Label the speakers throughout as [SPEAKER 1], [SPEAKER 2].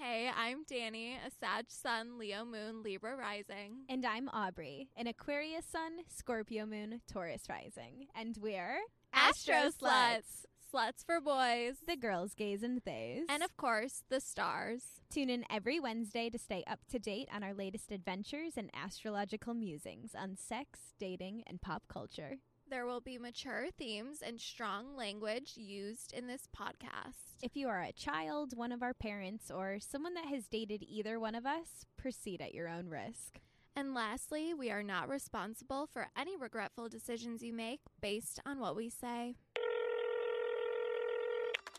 [SPEAKER 1] I'm Danny, a Sag Sun, Leo Moon, Libra Rising.
[SPEAKER 2] And I'm Aubrey, an Aquarius Sun, Scorpio Moon, Taurus Rising. And we're
[SPEAKER 1] Astro Sluts! Sluts for boys.
[SPEAKER 2] The girls gaze and theys.
[SPEAKER 1] And of course, the stars.
[SPEAKER 2] tune in every Wednesday to stay up to date on our latest adventures and astrological musings on sex, dating, and pop culture.
[SPEAKER 1] There will be mature themes and strong language used in this podcast.
[SPEAKER 2] If you are a child, one of our parents, or someone that has dated either one of us, proceed at your own risk.
[SPEAKER 1] And lastly, we are not responsible for any regretful decisions you make based on what we say.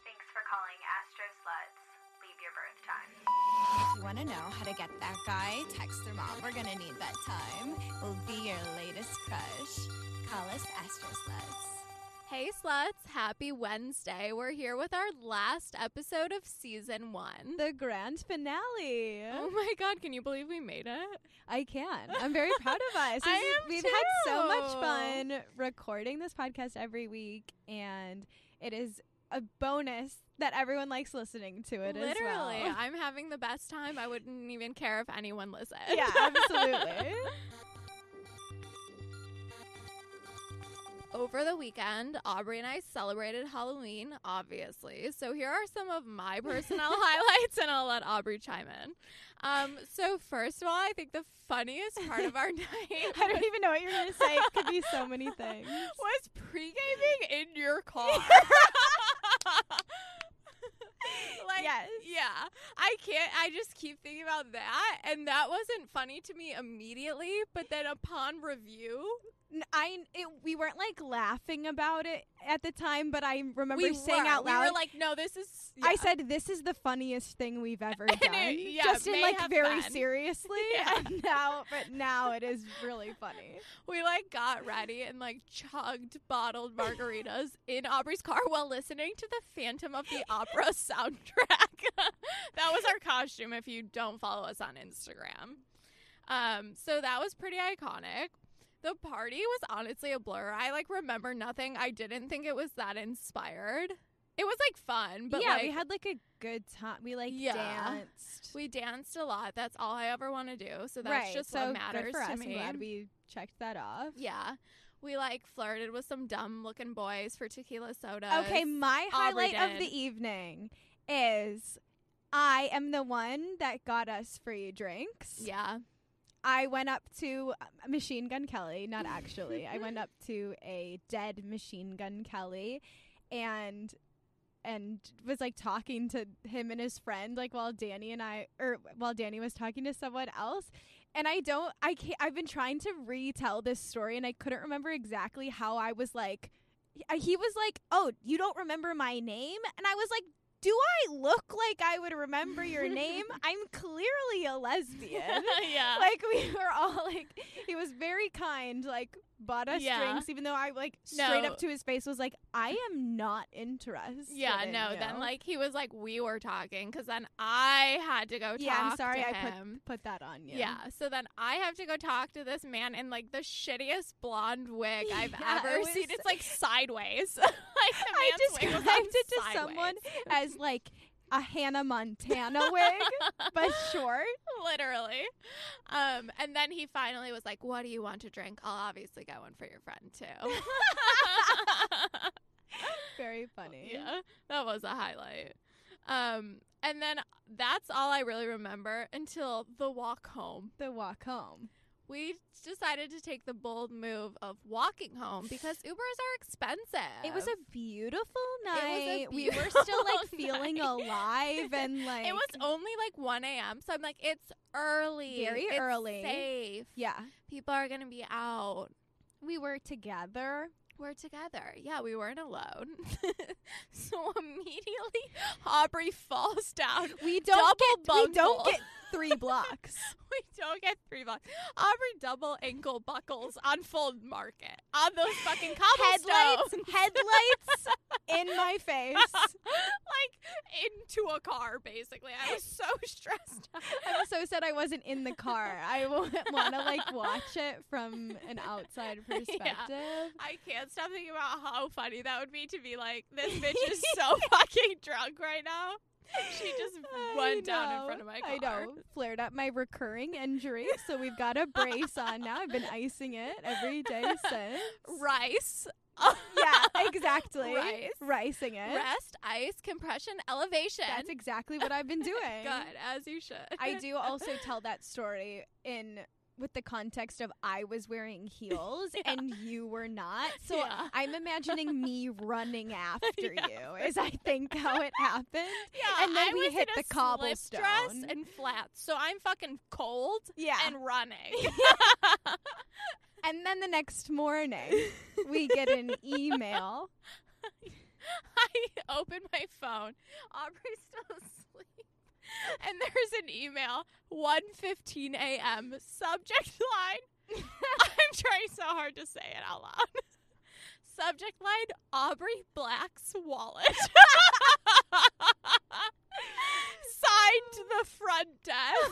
[SPEAKER 3] Thanks for calling Astro Sluts. Leave your birth time.
[SPEAKER 4] you want to know how to get that guy, text their mom. We're going to need that time. We'll be your latest crush. Call us Astro Sluts.
[SPEAKER 1] Hey, sluts, happy Wednesday. We're here with our last episode of season one.
[SPEAKER 2] The grand finale.
[SPEAKER 1] Oh my god, can you believe we made it?
[SPEAKER 2] I can. I'm very proud of us.
[SPEAKER 1] I
[SPEAKER 2] This is-
[SPEAKER 1] am
[SPEAKER 2] We've had so much
[SPEAKER 1] too.
[SPEAKER 2] fun recording this podcast every week, and it is a bonus that everyone likes listening to it
[SPEAKER 1] Literally,
[SPEAKER 2] as well.
[SPEAKER 1] I'm having the best time. I wouldn't even care if anyone listened.
[SPEAKER 2] yeah, absolutely.
[SPEAKER 1] Over the weekend, Aubrey and I celebrated Halloween, obviously. So here are some of my personnel highlights, and I'll let Aubrey chime in. Um, so first of all, I think the funniest part of our night
[SPEAKER 2] I don't even know what you're going to say. It could be so many things.
[SPEAKER 1] was pre-gaming in your car. like
[SPEAKER 2] Yes.
[SPEAKER 1] yeah i can't i just keep thinking about that and that wasn't funny to me immediately but then upon review
[SPEAKER 2] N- I it, we weren't like laughing about it at the time, but I remember saying
[SPEAKER 1] were.
[SPEAKER 2] out loud.
[SPEAKER 1] we were like no this is
[SPEAKER 2] I
[SPEAKER 1] yeah.
[SPEAKER 2] said, "This is the funniest thing we've ever done."
[SPEAKER 1] it- yeah,
[SPEAKER 2] Just in
[SPEAKER 1] may
[SPEAKER 2] like
[SPEAKER 1] have
[SPEAKER 2] very
[SPEAKER 1] been.
[SPEAKER 2] seriously,
[SPEAKER 1] Yeah.
[SPEAKER 2] and now, but now it is really funny.
[SPEAKER 1] we like got ready and like chugged bottled margaritas in Aubrey's car while listening to the Phantom of the Opera soundtrack. that was our costume if you don't follow us on Instagram. Um, so that was pretty iconic. The party was honestly a blur. I like remember nothing. I didn't think it was that inspired. It was like fun, but
[SPEAKER 2] yeah,
[SPEAKER 1] like,
[SPEAKER 2] we had like a good time. We like
[SPEAKER 1] Yeah.
[SPEAKER 2] danced.
[SPEAKER 1] we danced a lot. That's all I ever want to do. So that's
[SPEAKER 2] right.
[SPEAKER 1] just
[SPEAKER 2] so
[SPEAKER 1] what matters
[SPEAKER 2] good for
[SPEAKER 1] to
[SPEAKER 2] us.
[SPEAKER 1] me.
[SPEAKER 2] I'm glad we checked that off.
[SPEAKER 1] Yeah. We like flirted with some dumb looking boys for tequila sodas.
[SPEAKER 2] Okay, my
[SPEAKER 1] Aubrey
[SPEAKER 2] highlight of
[SPEAKER 1] did.
[SPEAKER 2] the evening is I am the one that got us free drinks.
[SPEAKER 1] Yeah.
[SPEAKER 2] I went up to uh, Machine Gun Kelly, not actually. I went up to a dead Machine Gun Kelly and and was like talking to him and his friend like while Danny and I or while Danny was talking to someone else. And I don't I can't, I've been trying to retell this story and I couldn't remember exactly how I was like I- he was like, "Oh, you don't remember my name?" And I was like, "Do I look like I would remember your name? I'm clearly a lesbian."
[SPEAKER 1] yeah.
[SPEAKER 2] like we were all like he was very kind like bought us
[SPEAKER 1] Yeah.
[SPEAKER 2] drinks even though i like straight
[SPEAKER 1] No.
[SPEAKER 2] up to his face was like i am not interested
[SPEAKER 1] yeah,
[SPEAKER 2] in
[SPEAKER 1] no.
[SPEAKER 2] you."
[SPEAKER 1] Then like he was like we were talking cuz then I had to go talk
[SPEAKER 2] yeah i'm sorry
[SPEAKER 1] to
[SPEAKER 2] i
[SPEAKER 1] him.
[SPEAKER 2] put put that on you
[SPEAKER 1] yeah. so then I have to go talk to this man in like the shittiest blonde wig I've
[SPEAKER 2] Yeah,
[SPEAKER 1] ever
[SPEAKER 2] it was-
[SPEAKER 1] seen. It's like sideways. like the
[SPEAKER 2] i
[SPEAKER 1] man's wig was,
[SPEAKER 2] described
[SPEAKER 1] like,
[SPEAKER 2] it to
[SPEAKER 1] sideways.
[SPEAKER 2] someone as like a hannah montana wig but short
[SPEAKER 1] literally. Um, and then he finally was like, "What do you want to drink? I'll obviously get one for your friend too."
[SPEAKER 2] very funny
[SPEAKER 1] yeah, that was a highlight. Um, and then that's all I really remember until the walk home.
[SPEAKER 2] the walk home
[SPEAKER 1] We decided to take the bold move of walking home because Ubers are expensive.
[SPEAKER 2] it was a beautiful night
[SPEAKER 1] It was a
[SPEAKER 2] we were still like
[SPEAKER 1] beautiful
[SPEAKER 2] feeling
[SPEAKER 1] night.
[SPEAKER 2] alive and like
[SPEAKER 1] It was only like 1 a.m. So I'm like, it's early.
[SPEAKER 2] Very
[SPEAKER 1] It's
[SPEAKER 2] early.
[SPEAKER 1] Safe.
[SPEAKER 2] yeah
[SPEAKER 1] People are gonna be out.
[SPEAKER 2] we were together
[SPEAKER 1] We're together. Yeah, we weren't alone. so immediately, Aubrey falls down.
[SPEAKER 2] We don't
[SPEAKER 1] Double
[SPEAKER 2] get we don't
[SPEAKER 1] bumble.
[SPEAKER 2] get three blocks.
[SPEAKER 1] We don't get three blocks. Aubrey double ankle buckles on full market on those fucking cobblestones,
[SPEAKER 2] headlights, headlights in my face.
[SPEAKER 1] like into a car. Basically, I was so stressed. out.
[SPEAKER 2] I'm so sad I wasn't in the car. I want to like watch it from an outside perspective.
[SPEAKER 1] I can't stop thinking about how funny that would be to be like, this bitch is so fucking drunk right now. She just
[SPEAKER 2] I
[SPEAKER 1] went down in
[SPEAKER 2] know,
[SPEAKER 1] front of my car.
[SPEAKER 2] I know. Flared up my recurring injury, so we've got a brace on now. I've been icing it every day since.
[SPEAKER 1] Rice.
[SPEAKER 2] yeah, exactly.
[SPEAKER 1] Rice.
[SPEAKER 2] Ricing it.
[SPEAKER 1] Rest, ice, compression, elevation.
[SPEAKER 2] That's exactly what I've been doing.
[SPEAKER 1] Good, as you should.
[SPEAKER 2] I do also tell that story in with the context of I was wearing heels
[SPEAKER 1] Yeah.
[SPEAKER 2] and you were not. So
[SPEAKER 1] Yeah.
[SPEAKER 2] I'm imagining me running after
[SPEAKER 1] Yeah,
[SPEAKER 2] you is I think how it happened.
[SPEAKER 1] Yeah,
[SPEAKER 2] and then
[SPEAKER 1] I
[SPEAKER 2] we
[SPEAKER 1] was
[SPEAKER 2] hit
[SPEAKER 1] in
[SPEAKER 2] the
[SPEAKER 1] a slip dress
[SPEAKER 2] cobblestone.
[SPEAKER 1] and flats, so I'm fucking cold
[SPEAKER 2] Yeah.
[SPEAKER 1] and running.
[SPEAKER 2] And then the next morning, we get an email.
[SPEAKER 1] I open my phone. Aubrey's still asleep. And there's an email, 1.15 a.m. Subject line. I'm trying so hard to say it out loud. Subject line, Aubrey Black's wallet. Signed the front desk.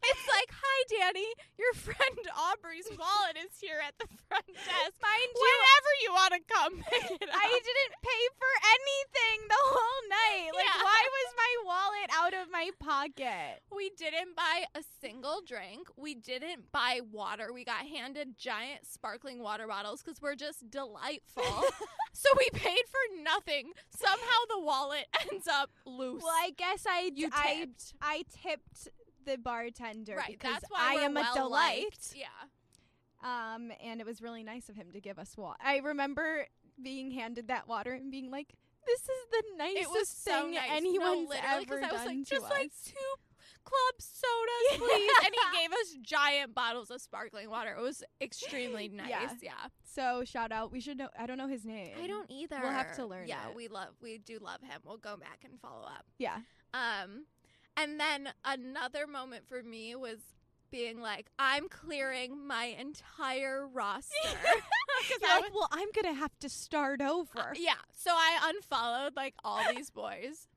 [SPEAKER 1] It's like, hi, Danny. Your friend Aubrey's wallet is here at the front desk.
[SPEAKER 2] Mind you,
[SPEAKER 1] Whenever you want to come pick it up.
[SPEAKER 2] I didn't pay for anything the whole night. Like,
[SPEAKER 1] Yeah.
[SPEAKER 2] why was my wallet out of my pocket?
[SPEAKER 1] We didn't buy a single drink. We didn't buy water. We got handed giant sparkling water bottles because we're just delightful. so we paid for nothing. Somehow the wallet ends up loose.
[SPEAKER 2] Well, I guess I
[SPEAKER 1] you
[SPEAKER 2] I,
[SPEAKER 1] tipped.
[SPEAKER 2] I tipped the bartender
[SPEAKER 1] right.
[SPEAKER 2] because
[SPEAKER 1] that's why
[SPEAKER 2] I
[SPEAKER 1] we're
[SPEAKER 2] am
[SPEAKER 1] well
[SPEAKER 2] a delight.
[SPEAKER 1] liked. Yeah.
[SPEAKER 2] Um, and it was really nice of him to give us water. I remember being handed that water and being like, "This is the nicest
[SPEAKER 1] it was so
[SPEAKER 2] thing
[SPEAKER 1] nice.
[SPEAKER 2] anyone's
[SPEAKER 1] no, literally, 'cause
[SPEAKER 2] ever
[SPEAKER 1] I was
[SPEAKER 2] done
[SPEAKER 1] like,
[SPEAKER 2] to
[SPEAKER 1] just
[SPEAKER 2] us."
[SPEAKER 1] like two club sodas, please. and he gave us giant bottles of sparkling water. It was extremely nice.
[SPEAKER 2] Yeah.
[SPEAKER 1] yeah.
[SPEAKER 2] so shout out. We should know. I don't know his name.
[SPEAKER 1] I don't either.
[SPEAKER 2] have to learn
[SPEAKER 1] Yeah,
[SPEAKER 2] it.
[SPEAKER 1] we love we do love him. We'll go back and follow up.
[SPEAKER 2] Yeah.
[SPEAKER 1] Um and then another moment for me was being like, I'm clearing my entire roster. 'Cause
[SPEAKER 2] You're
[SPEAKER 1] I
[SPEAKER 2] like, well, I'm gonna have to start over.
[SPEAKER 1] yeah. So I unfollowed like all these boys.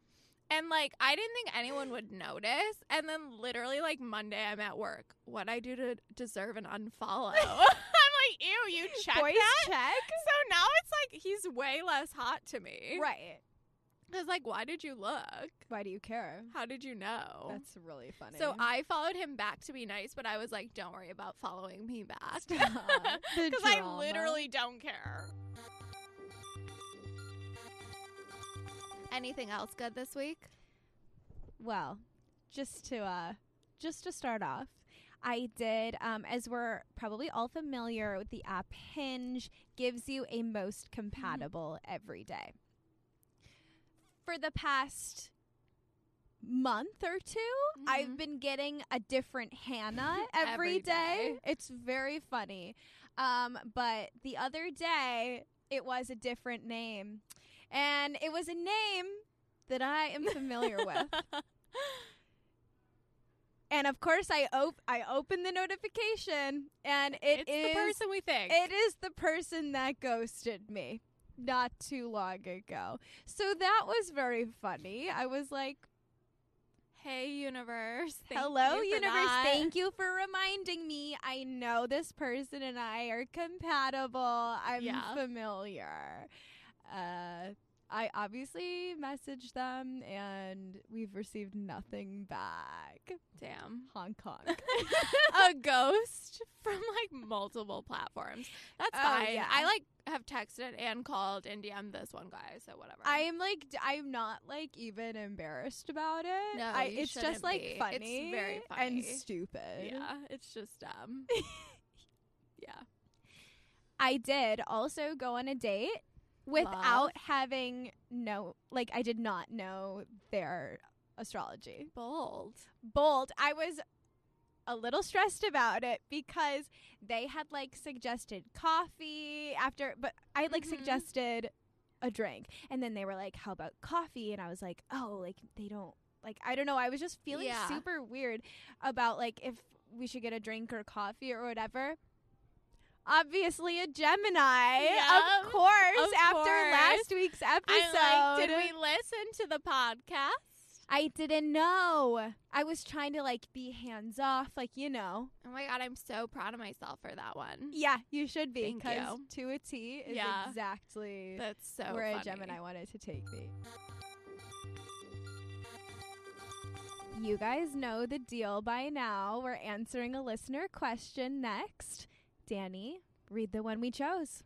[SPEAKER 1] And like I didn't think anyone would notice. And then literally like Monday I'm at work. What I do to deserve an unfollow. I'm like, ew, you check
[SPEAKER 2] Voice
[SPEAKER 1] that?
[SPEAKER 2] check.
[SPEAKER 1] So now it's like he's way less hot to me.
[SPEAKER 2] Right.
[SPEAKER 1] I was like, why did you look?
[SPEAKER 2] Why do you care?
[SPEAKER 1] How did you know?
[SPEAKER 2] That's really funny.
[SPEAKER 1] Oh. so I followed him back to be nice, but I was like, don't worry about following me back.
[SPEAKER 2] Stop the
[SPEAKER 1] Because I
[SPEAKER 2] drama.
[SPEAKER 1] literally don't care. Anything else good this week?
[SPEAKER 2] well, just to uh just to start off, I did um as we're probably all familiar with the app Hinge gives you a most compatible every day. For the past month or 2 I've
[SPEAKER 1] Mhm.
[SPEAKER 2] been getting a different Hannah
[SPEAKER 1] Every
[SPEAKER 2] every day.
[SPEAKER 1] day.
[SPEAKER 2] It's very funny. Um but the other day it was a different name. And it was a name that I am familiar with. And of course, I op- I open the notification, and it
[SPEAKER 1] it's
[SPEAKER 2] is
[SPEAKER 1] the person we think.
[SPEAKER 2] it is the person that ghosted me not too long ago. So that was very funny. I was like,
[SPEAKER 1] hey, universe. Thank
[SPEAKER 2] "Hello,
[SPEAKER 1] you for
[SPEAKER 2] universe,
[SPEAKER 1] that.
[SPEAKER 2] thank you for reminding me. I know this person and I are compatible. I'm
[SPEAKER 1] Yeah.
[SPEAKER 2] familiar." Uh, I obviously messaged them, and we've received nothing back.
[SPEAKER 1] Damn.
[SPEAKER 2] Hong Kong.
[SPEAKER 1] a ghost from like multiple platforms. That's
[SPEAKER 2] Oh,
[SPEAKER 1] fine.
[SPEAKER 2] yeah.
[SPEAKER 1] I like have texted and called and DM'd this one guy, so whatever.
[SPEAKER 2] I am like d- I'm not like even embarrassed about it.
[SPEAKER 1] No,
[SPEAKER 2] I,
[SPEAKER 1] you
[SPEAKER 2] it's
[SPEAKER 1] shouldn't
[SPEAKER 2] just like
[SPEAKER 1] be. It's
[SPEAKER 2] funny,
[SPEAKER 1] very funny.
[SPEAKER 2] and stupid.
[SPEAKER 1] yeah, it's just dumb. yeah,
[SPEAKER 2] I did also go on a date without
[SPEAKER 1] Love.
[SPEAKER 2] having no like I did not know their astrology.
[SPEAKER 1] bold.
[SPEAKER 2] Bold. I was a little stressed about it because they had like suggested coffee after but I like
[SPEAKER 1] Mhm.
[SPEAKER 2] suggested a drink and then they were like how about coffee and I was like oh like they don't like I don't know I was just feeling
[SPEAKER 1] Yeah.
[SPEAKER 2] super weird about like if we should get a drink or coffee or whatever obviously a Gemini
[SPEAKER 1] Yep,
[SPEAKER 2] of course
[SPEAKER 1] of
[SPEAKER 2] after
[SPEAKER 1] course.
[SPEAKER 2] last week's episode
[SPEAKER 1] I'm like, did we listen to the podcast?
[SPEAKER 2] I didn't know I was trying to like be hands off like you know
[SPEAKER 1] Oh my god, I'm so proud of myself for that one.
[SPEAKER 2] Yeah, you should be
[SPEAKER 1] Thank
[SPEAKER 2] because
[SPEAKER 1] you.
[SPEAKER 2] to a T is
[SPEAKER 1] Yeah.
[SPEAKER 2] exactly
[SPEAKER 1] That's so
[SPEAKER 2] where
[SPEAKER 1] funny.
[SPEAKER 2] a Gemini wanted to take me. you guys know the deal by now. We're answering a listener question next. Danny, read the one we chose.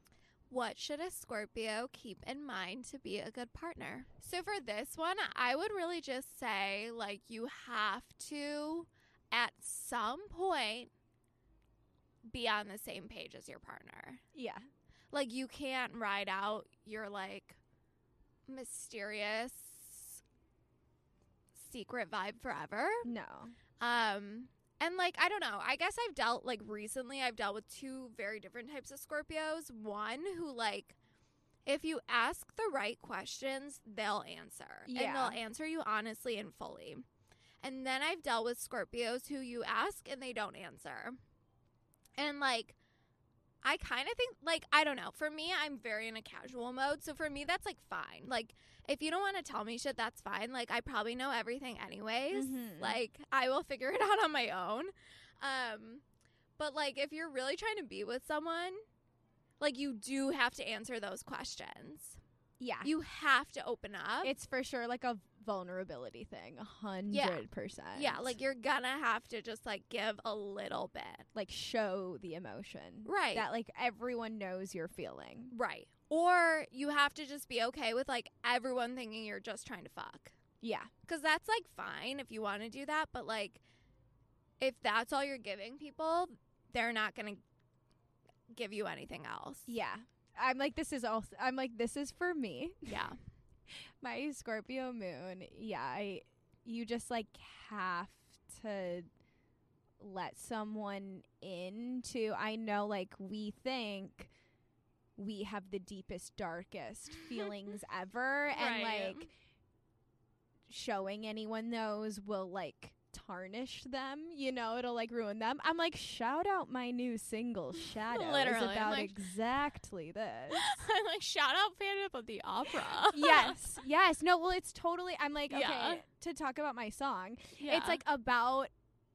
[SPEAKER 1] What should a Scorpio keep in mind to be a good partner? So, for this one, I would really just say, like, you have to, at some point, be on the same page as your partner.
[SPEAKER 2] Yeah.
[SPEAKER 1] Like, you can't ride out your, like, mysterious secret vibe forever.
[SPEAKER 2] No.
[SPEAKER 1] Um, and like I don't know. I guess I've dealt like recently. I've dealt with two very different types of Scorpios. One who like, if you ask the right questions, they'll answer, and
[SPEAKER 2] Yeah.
[SPEAKER 1] they'll answer you honestly and fully. And then I've dealt with Scorpios who you ask and they don't answer. And like, I kind of think like I don't know. For me, I'm very in a casual mode, so for me that's like fine. Like if you don't want to tell me shit, that's fine. Like I probably know everything anyways.
[SPEAKER 2] Mhm.
[SPEAKER 1] Like I will figure it out on my own. Um but like if you're really trying to be with someone, like you do have to answer those questions.
[SPEAKER 2] Yeah.
[SPEAKER 1] You have to open up.
[SPEAKER 2] it's for sure like a vulnerability thing. A hundred percent.
[SPEAKER 1] yeah, like you're gonna have to just like give a little bit.
[SPEAKER 2] like show the emotion.
[SPEAKER 1] Right. Mm.
[SPEAKER 2] That like everyone knows you're feeling.
[SPEAKER 1] Right. Or you have to just be okay with like everyone thinking you're just trying to fuck.
[SPEAKER 2] Yeah.
[SPEAKER 1] Because that's like fine if you want to do that, but like if that's all you're giving people, they're not going to give you anything else.
[SPEAKER 2] Yeah. I'm like this is also I'm like this is for me.
[SPEAKER 1] Yeah.
[SPEAKER 2] My Scorpio moon. Yeah, I you just like have to let someone into I know like we think we have the deepest darkest feelings ever and
[SPEAKER 1] Right.
[SPEAKER 2] like showing anyone those will like tarnish them, you know, it'll like ruin them. I'm like shout out my new single Shadow
[SPEAKER 1] Literally, I'm
[SPEAKER 2] is about
[SPEAKER 1] like-
[SPEAKER 2] exactly this.
[SPEAKER 1] I'm like, shout out Phantom of the Opera.
[SPEAKER 2] yes, yes. No, well, it's totally. I'm like, okay,
[SPEAKER 1] Yeah.
[SPEAKER 2] to talk about my song,
[SPEAKER 1] Yeah.
[SPEAKER 2] it's like about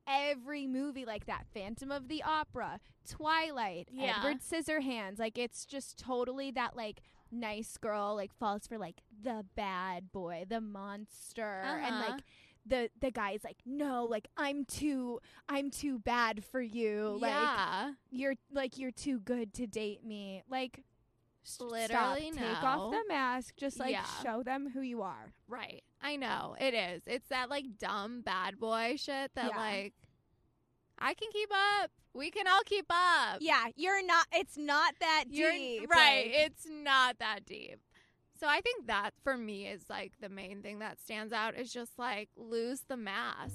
[SPEAKER 2] every movie like that Phantom of the Opera, Twilight,
[SPEAKER 1] Yeah.
[SPEAKER 2] Edward Scissorhands. Like, it's just totally that, like, nice girl, like, falls for, like, the bad boy, the monster, and,
[SPEAKER 1] Uh-huh.
[SPEAKER 2] like, the, the guy's like no like i'm too i'm too bad for you like
[SPEAKER 1] yeah.
[SPEAKER 2] you're like you're too good to date me. Like s-
[SPEAKER 1] Literally
[SPEAKER 2] stop, take off
[SPEAKER 1] no.
[SPEAKER 2] the mask, just like
[SPEAKER 1] Yeah.
[SPEAKER 2] show them who you are.
[SPEAKER 1] Right. I know. It is. It's that like dumb bad boy shit that
[SPEAKER 2] Yeah.
[SPEAKER 1] like, I can keep up. We can all keep up.
[SPEAKER 2] Yeah, you're not it's not that
[SPEAKER 1] Uh, You're
[SPEAKER 2] deep.
[SPEAKER 1] right.
[SPEAKER 2] like-
[SPEAKER 1] it's not that deep. So I think that for me is like the main thing that stands out is just like lose the mask.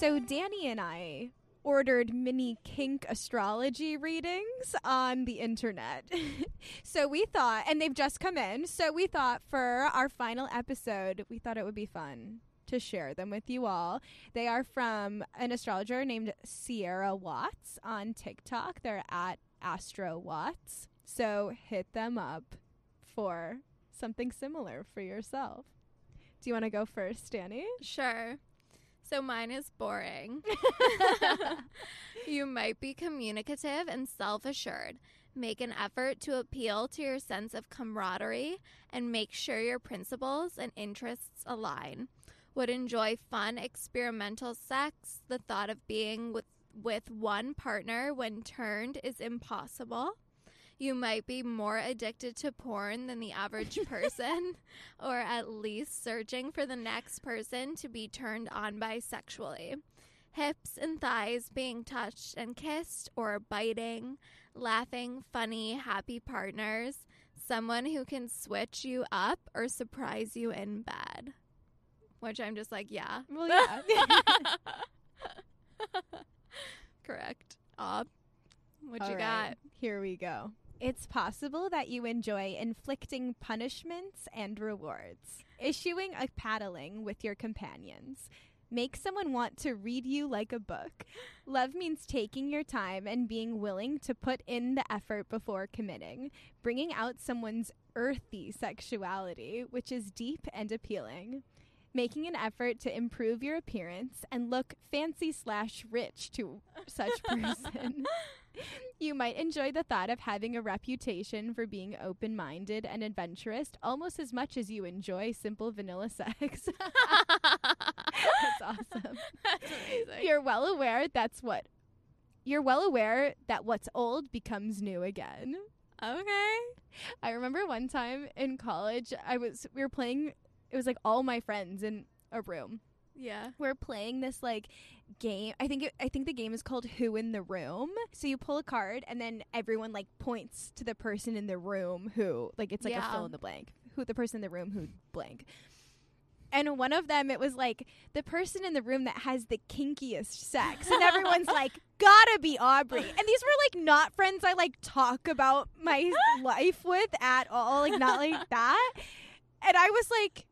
[SPEAKER 2] So Danny and I ordered mini kink astrology readings on the internet. so we thought and they've just come in, so we thought for our final episode, we thought it would be fun to share them with you all. They are from an astrologer named Sierra Watts on TikTok. They're at Astro Watts. So hit them up for something similar for yourself. Do you want to go first, Danny?
[SPEAKER 1] Sure. So mine is boring. you might be communicative and self assured. Make an effort to appeal to your sense of camaraderie and make sure your principles and interests align. Would enjoy fun, experimental sex. The thought of being with, with one partner when turned is impossible. You might be more addicted to porn than the average person, or at least searching for the next person to be turned on by sexually. Hips and thighs being touched and kissed, or biting, laughing, funny, happy partners. Someone who can switch you up or surprise you in bed. Which I'm just like, yeah.
[SPEAKER 2] Well, yeah.
[SPEAKER 1] Correct. Uh, What
[SPEAKER 2] All
[SPEAKER 1] you
[SPEAKER 2] right,
[SPEAKER 1] got?
[SPEAKER 2] Here we go. It's possible that you enjoy inflicting punishments and rewards, issuing a paddling with your companions. Make someone want to read you like a book. Love means taking your time and being willing to put in the effort before committing, bringing out someone's earthy sexuality, which is deep and appealing. Making an effort to improve your appearance and look fancy slash rich to such person. You might enjoy the thought of having a reputation for being open minded and adventurous almost as much as you enjoy simple vanilla sex. That's awesome.
[SPEAKER 1] That's amazing.
[SPEAKER 2] You're well aware that's what. You're well aware that what's old becomes new again.
[SPEAKER 1] okay.
[SPEAKER 2] I remember one time in college, I was we were playing. It was like all my friends in a room.
[SPEAKER 1] Yeah.
[SPEAKER 2] We're playing this like game. I think it, I think the game is called Who in the Room. So you pull a card and then everyone like points to the person in the room who like it's like
[SPEAKER 1] Yeah.
[SPEAKER 2] a fill in the blank. Who the person in the room who blank. And one of them it was like the person in the room that has the kinkiest sex and everyone's like gotta be Aubrey. And these were like not friends I like talk about my life with at all, like not like that. And I was like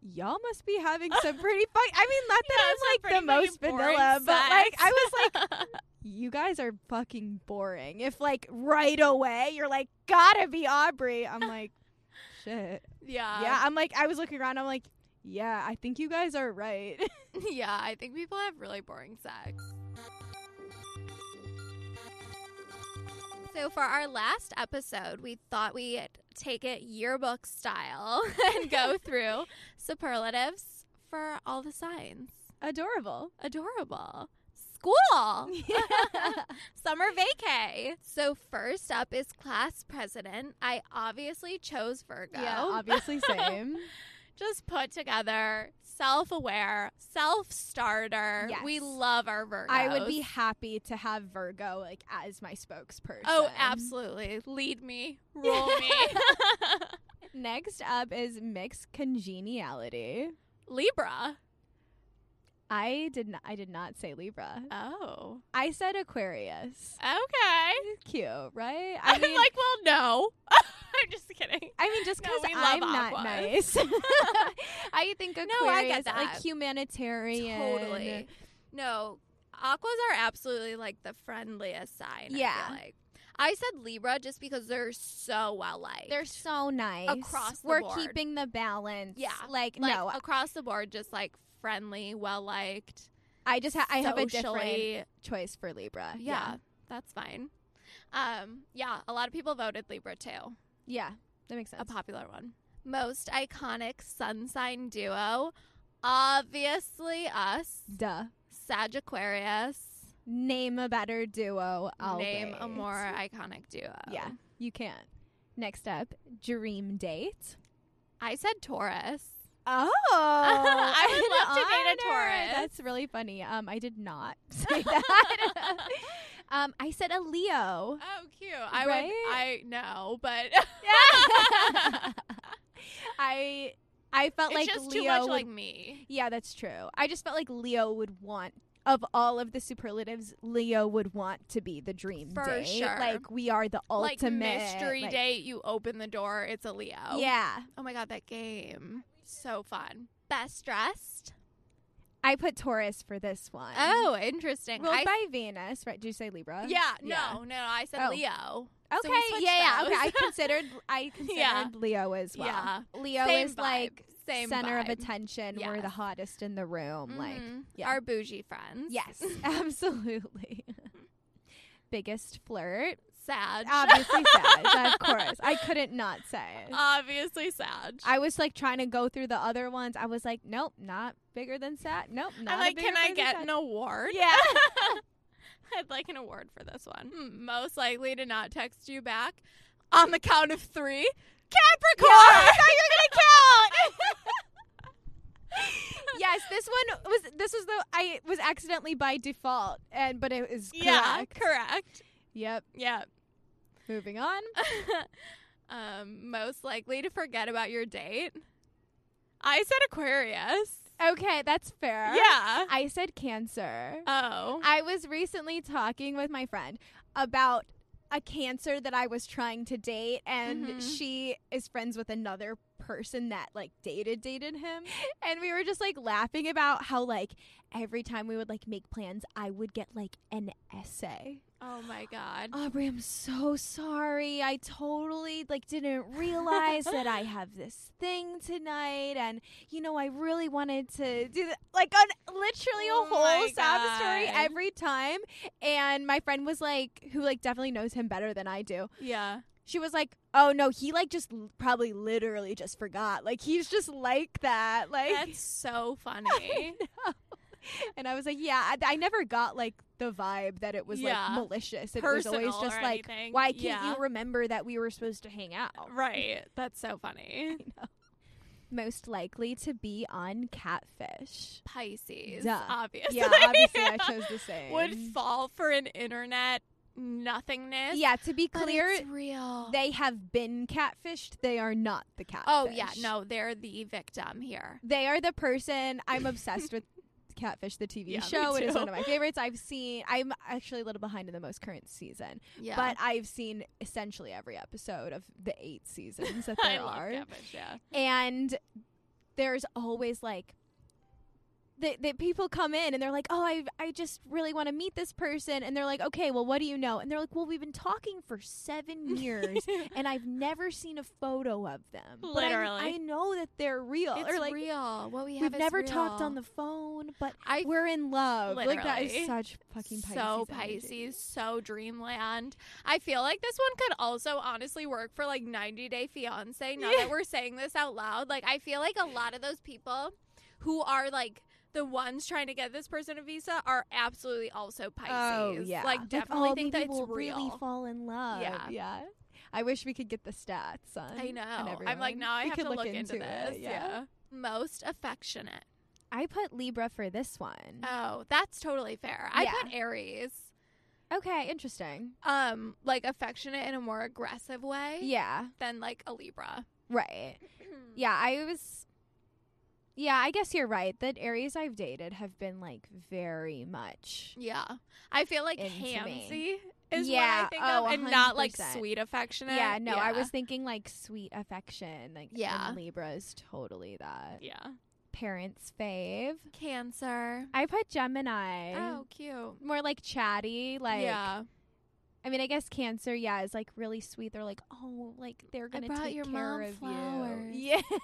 [SPEAKER 2] y'all must be having some pretty fun. I mean, not that I'm like the most vanilla, but like I was like,
[SPEAKER 1] like,
[SPEAKER 2] you guys are fucking boring. If like right away you're like, gotta be Aubrey. I'm like, shit.
[SPEAKER 1] yeah,
[SPEAKER 2] yeah, I'm like, I was looking around. I'm like, yeah, I think you guys are right.
[SPEAKER 1] yeah. I think people have really boring sex. So for our last episode, we thought we'd take it yearbook style and go through superlatives for all the signs.
[SPEAKER 2] Adorable.
[SPEAKER 1] Adorable. School. Summer vacay. So first up is class president. I obviously chose Virgo.
[SPEAKER 2] Yeah, obviously same.
[SPEAKER 1] Just put together, self-aware, self-starter.
[SPEAKER 2] Yes.
[SPEAKER 1] We love our Virgos.
[SPEAKER 2] I would be happy to have Virgo like as my spokesperson.
[SPEAKER 1] Oh, absolutely. Lead me, rule me.
[SPEAKER 2] Next up is mixed congeniality.
[SPEAKER 1] Libra.
[SPEAKER 2] I did not I did not say Libra.
[SPEAKER 1] Oh.
[SPEAKER 2] I said Aquarius.
[SPEAKER 1] Okay.
[SPEAKER 2] Cute, right?
[SPEAKER 1] I
[SPEAKER 2] I
[SPEAKER 1] am
[SPEAKER 2] mean,
[SPEAKER 1] like, well, no. I'm just kidding.
[SPEAKER 2] I mean, just
[SPEAKER 1] No,
[SPEAKER 2] because
[SPEAKER 1] we love
[SPEAKER 2] I'm not
[SPEAKER 1] Aquas.
[SPEAKER 2] nice, I think Aquarius,
[SPEAKER 1] No, I get
[SPEAKER 2] like
[SPEAKER 1] that.
[SPEAKER 2] humanitarian,
[SPEAKER 1] Totally. No, aquas are absolutely like the friendliest sign. I
[SPEAKER 2] Yeah.
[SPEAKER 1] feel like I said Libra just because they're so well liked.
[SPEAKER 2] They're so nice
[SPEAKER 1] Across the
[SPEAKER 2] We're
[SPEAKER 1] board.
[SPEAKER 2] keeping the balance.
[SPEAKER 1] Yeah.
[SPEAKER 2] like,
[SPEAKER 1] like
[SPEAKER 2] no,
[SPEAKER 1] across the board, just like friendly, well liked.
[SPEAKER 2] I just ha- I have a different
[SPEAKER 1] socially-
[SPEAKER 2] choice for Libra.
[SPEAKER 1] Uh, Yeah, that's fine. Um, yeah, a lot of people voted Libra too.
[SPEAKER 2] yeah, that makes sense.
[SPEAKER 1] A popular one. Most iconic sun sign duo, obviously us,
[SPEAKER 2] Duh.
[SPEAKER 1] Sagittarius.
[SPEAKER 2] Name a better duo. I'll
[SPEAKER 1] Name a
[SPEAKER 2] wait.
[SPEAKER 1] more uh, iconic duo.
[SPEAKER 2] Yeah, you can't. Next up, dream date.
[SPEAKER 1] I said Taurus.
[SPEAKER 2] Oh,
[SPEAKER 1] I would
[SPEAKER 2] an
[SPEAKER 1] love to date a
[SPEAKER 2] honor.
[SPEAKER 1] Taurus.
[SPEAKER 2] That's really funny. Um, I did not say that. um, I said a Leo.
[SPEAKER 1] Oh, cute. I would.
[SPEAKER 2] Right?
[SPEAKER 1] I know, but
[SPEAKER 2] I I felt
[SPEAKER 1] it's
[SPEAKER 2] like
[SPEAKER 1] just
[SPEAKER 2] Leo.
[SPEAKER 1] too much
[SPEAKER 2] would,
[SPEAKER 1] like me.
[SPEAKER 2] yeah, that's true. I just felt like Leo would want of all of the superlatives, Leo would want to be the dream
[SPEAKER 1] For
[SPEAKER 2] date.
[SPEAKER 1] sure.
[SPEAKER 2] Like we are the ultimate
[SPEAKER 1] like mystery
[SPEAKER 2] like-
[SPEAKER 1] date, you open the door, it's a Leo.
[SPEAKER 2] Yeah,
[SPEAKER 1] Oh my god, that game so fun. Best dressed.
[SPEAKER 2] I put Taurus for this one.
[SPEAKER 1] Oh, interesting.
[SPEAKER 2] ruled
[SPEAKER 1] I,
[SPEAKER 2] by Venus, right? Did you say Libra?
[SPEAKER 1] yeah, no, no, I said
[SPEAKER 2] Oh.
[SPEAKER 1] Leo.
[SPEAKER 2] Okay.
[SPEAKER 1] So we switched
[SPEAKER 2] yeah, yeah.
[SPEAKER 1] those.
[SPEAKER 2] Okay. I considered I considered
[SPEAKER 1] Yeah.
[SPEAKER 2] Leo as well.
[SPEAKER 1] Yeah.
[SPEAKER 2] Leo
[SPEAKER 1] Same
[SPEAKER 2] is
[SPEAKER 1] vibe,
[SPEAKER 2] like
[SPEAKER 1] same
[SPEAKER 2] center
[SPEAKER 1] vibe.
[SPEAKER 2] of attention. We're the
[SPEAKER 1] Yes.
[SPEAKER 2] hottest in the room. Like
[SPEAKER 1] Mhm.
[SPEAKER 2] yeah.
[SPEAKER 1] our bougie friends.
[SPEAKER 2] yes, absolutely. Biggest flirt,
[SPEAKER 1] sad.
[SPEAKER 2] obviously Sag, of course. I couldn't not say. it.
[SPEAKER 1] Oh, Obviously sad.
[SPEAKER 2] I was like trying to go through the other ones. I was like, nope, not bigger than Sag. Nope, not.
[SPEAKER 1] I'm
[SPEAKER 2] a
[SPEAKER 1] like,
[SPEAKER 2] bigger
[SPEAKER 1] can I
[SPEAKER 2] fan than
[SPEAKER 1] get
[SPEAKER 2] Sag."
[SPEAKER 1] an award?
[SPEAKER 2] Yeah.
[SPEAKER 1] I'd like an award for this one. Hmm, Most likely to not text you back on the count of three. Capricorn. you're gonna count.
[SPEAKER 2] Yes, this one was. This was the. I was accidentally by default, and but it is correct.
[SPEAKER 1] yeah, correct.
[SPEAKER 2] Yep.
[SPEAKER 1] Yeah.
[SPEAKER 2] Moving on.
[SPEAKER 1] um, most likely to forget about your date. I said Aquarius.
[SPEAKER 2] Okay, that's fair.
[SPEAKER 1] Yeah.
[SPEAKER 2] I said cancer.
[SPEAKER 1] Oh.
[SPEAKER 2] I was recently talking with my friend about a cancer that I was trying to date and
[SPEAKER 1] Mhm.
[SPEAKER 2] she is friends with another person that like dated dated him and we were just like laughing about how like every time we would like make plans I would get like an essay.
[SPEAKER 1] Oh my god.
[SPEAKER 2] Aubrey, I'm so sorry. I totally like didn't realize that I have this thing tonight, and you know, I really wanted to do that. like an literally a
[SPEAKER 1] Oh
[SPEAKER 2] whole
[SPEAKER 1] my
[SPEAKER 2] sob story
[SPEAKER 1] God.
[SPEAKER 2] every time. And my friend was like, who like definitely knows him better than I do.
[SPEAKER 1] Yeah.
[SPEAKER 2] She was like, oh no, he like just l- probably literally just forgot. Like he's just like that. Like,
[SPEAKER 1] That's so funny.
[SPEAKER 2] and I was like, yeah, I, I never got like the vibe that it was
[SPEAKER 1] Yeah.
[SPEAKER 2] like malicious. It was
[SPEAKER 1] Personal
[SPEAKER 2] always just
[SPEAKER 1] or
[SPEAKER 2] like,
[SPEAKER 1] anything.
[SPEAKER 2] why can't
[SPEAKER 1] Yeah.
[SPEAKER 2] you remember that we were supposed to hang out?
[SPEAKER 1] right. That's so funny.
[SPEAKER 2] Most likely to be on catfish.
[SPEAKER 1] Pisces.
[SPEAKER 2] Duh.
[SPEAKER 1] Obviously.
[SPEAKER 2] Yeah, obviously I chose the same.
[SPEAKER 1] Would fall for an internet nothingness.
[SPEAKER 2] yeah, to be
[SPEAKER 1] but
[SPEAKER 2] clear,
[SPEAKER 1] it's real.
[SPEAKER 2] they have been catfished. They are not the catfish.
[SPEAKER 1] oh yeah, no, they're the victim here.
[SPEAKER 2] They are the person I'm obsessed with. Catfish, the TV
[SPEAKER 1] Yeah, me
[SPEAKER 2] show, it is
[SPEAKER 1] too.
[SPEAKER 2] one of my favorites. I've seen. I'm actually a little behind in the most current season,
[SPEAKER 1] Yeah.
[SPEAKER 2] but I've seen essentially every episode of the eight seasons that
[SPEAKER 1] I
[SPEAKER 2] there
[SPEAKER 1] love
[SPEAKER 2] are.
[SPEAKER 1] Catfish, yeah.
[SPEAKER 2] and there's always like that that people come in and they're like, "Oh, I I just really want to meet this person." And they're like, "Okay, well, what do you know?" And they're like, "Well, we've been talking for 7 years and I've never seen a photo of them." But I-
[SPEAKER 1] Literally.
[SPEAKER 2] I, know that they're real. uh, or
[SPEAKER 1] It's
[SPEAKER 2] like
[SPEAKER 1] real. What we have
[SPEAKER 2] we've
[SPEAKER 1] is
[SPEAKER 2] never talked
[SPEAKER 1] real.
[SPEAKER 2] on the phone, but
[SPEAKER 1] I
[SPEAKER 2] we're in love. Like that is
[SPEAKER 1] Literally.
[SPEAKER 2] such fucking Pisces.
[SPEAKER 1] so
[SPEAKER 2] energy.
[SPEAKER 1] Pisces, so dreamland. I feel like this one could also honestly work for like 90 Day Fiance. Now that we're saying this out loud, like I feel like a lot of those people who are like the ones trying to get this person a visa are absolutely also Pisces.
[SPEAKER 2] Oh yeah,
[SPEAKER 1] like definitely
[SPEAKER 2] oh,
[SPEAKER 1] think that
[SPEAKER 2] maybe
[SPEAKER 1] it's
[SPEAKER 2] we'll
[SPEAKER 1] real.
[SPEAKER 2] Really fall in love.
[SPEAKER 1] Yeah.
[SPEAKER 2] yeah. I wish we could get the stats on.
[SPEAKER 1] I
[SPEAKER 2] on
[SPEAKER 1] know. I'm like
[SPEAKER 2] everyone.
[SPEAKER 1] now I
[SPEAKER 2] We
[SPEAKER 1] have
[SPEAKER 2] could
[SPEAKER 1] to look, into,
[SPEAKER 2] it,
[SPEAKER 1] this. yeah. Most affectionate.
[SPEAKER 2] I put Libra for this one.
[SPEAKER 1] Oh, that's totally fair.
[SPEAKER 2] Mm-hmm. Yeah.
[SPEAKER 1] I put Aries.
[SPEAKER 2] okay, interesting.
[SPEAKER 1] Um, like affectionate in a more aggressive way
[SPEAKER 2] Yeah,
[SPEAKER 1] than like a Libra.
[SPEAKER 2] right.
[SPEAKER 1] Mm-hmm.
[SPEAKER 2] Yeah, I was. Yeah, I guess you're right. That Aries I've dated have been like very much.
[SPEAKER 1] Yeah. I feel like
[SPEAKER 2] Into
[SPEAKER 1] hamsy
[SPEAKER 2] me.
[SPEAKER 1] is what
[SPEAKER 2] Yeah,
[SPEAKER 1] I think
[SPEAKER 2] oh,
[SPEAKER 1] of and not like
[SPEAKER 2] 100%.
[SPEAKER 1] sweet affectionate.
[SPEAKER 2] Yeah, no, I was thinking like sweet affection. Like, and
[SPEAKER 1] Yeah.
[SPEAKER 2] Libra is totally that.
[SPEAKER 1] Yeah.
[SPEAKER 2] Parents' fave.
[SPEAKER 1] Cancer.
[SPEAKER 2] I put Gemini.
[SPEAKER 1] Oh, cute.
[SPEAKER 2] More like chatty, like
[SPEAKER 1] yeah.
[SPEAKER 2] I mean, I guess cancer, yeah, is like really sweet. They're like, oh, like they're gonna
[SPEAKER 1] brought
[SPEAKER 2] take
[SPEAKER 1] your
[SPEAKER 2] care
[SPEAKER 1] mom
[SPEAKER 2] of
[SPEAKER 1] flowers.
[SPEAKER 2] you. Yeah.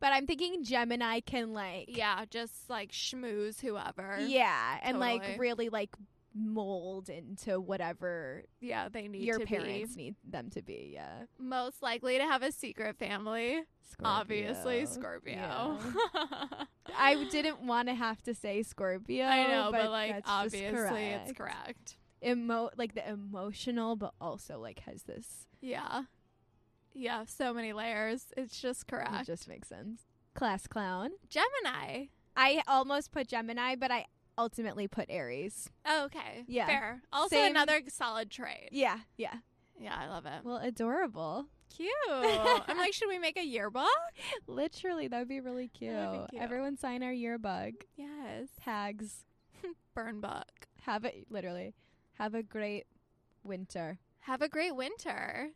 [SPEAKER 2] but I'm thinking Gemini can like,
[SPEAKER 1] Yeah, just like schmooze whoever.
[SPEAKER 2] yeah, and
[SPEAKER 1] Totally.
[SPEAKER 2] like really like mold into whatever
[SPEAKER 1] Yeah, they need
[SPEAKER 2] your
[SPEAKER 1] to
[SPEAKER 2] parents need them to be. Yeah,
[SPEAKER 1] be most likely to have a secret family. Obviously Scorpio.
[SPEAKER 2] Yeah. I didn't want to have to say Scorpio.
[SPEAKER 1] I know, but,
[SPEAKER 2] but,
[SPEAKER 1] like
[SPEAKER 2] that's just
[SPEAKER 1] obviously it's
[SPEAKER 2] correct.
[SPEAKER 1] correct.
[SPEAKER 2] Emo- like the emotional, but also like has this.
[SPEAKER 1] Yeah. Yeah, so many layers. It's just
[SPEAKER 2] It
[SPEAKER 1] correct.
[SPEAKER 2] just makes sense. Class clown.
[SPEAKER 1] Gemini.
[SPEAKER 2] I almost put Gemini, but I ultimately put Aries.
[SPEAKER 1] Oh, Okay.
[SPEAKER 2] Yeah.
[SPEAKER 1] Fair. Also
[SPEAKER 2] Same-
[SPEAKER 1] another solid trait.
[SPEAKER 2] Yeah, yeah.
[SPEAKER 1] Yeah, I love it.
[SPEAKER 2] Well, adorable.
[SPEAKER 1] Cute. I'm like, should we make a yearbook?
[SPEAKER 2] Literally, that would be really cute.
[SPEAKER 1] That would be cute.
[SPEAKER 2] Everyone sign our yearbook.
[SPEAKER 1] Yes.
[SPEAKER 2] Tags.
[SPEAKER 1] Burn book.
[SPEAKER 2] Have it, literally. Have a great winter.
[SPEAKER 1] Have a great winter.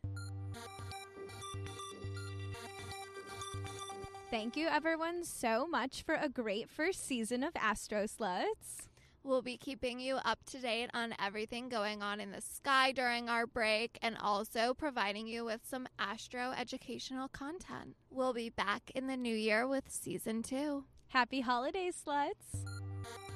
[SPEAKER 2] Thank you, everyone, so much for a great first season of Astro Sluts.
[SPEAKER 1] We'll be keeping you up to date on everything going on in the sky during our break and also providing you with some astro educational content. We'll be back in the new year with season two.
[SPEAKER 2] Happy holidays, Sluts.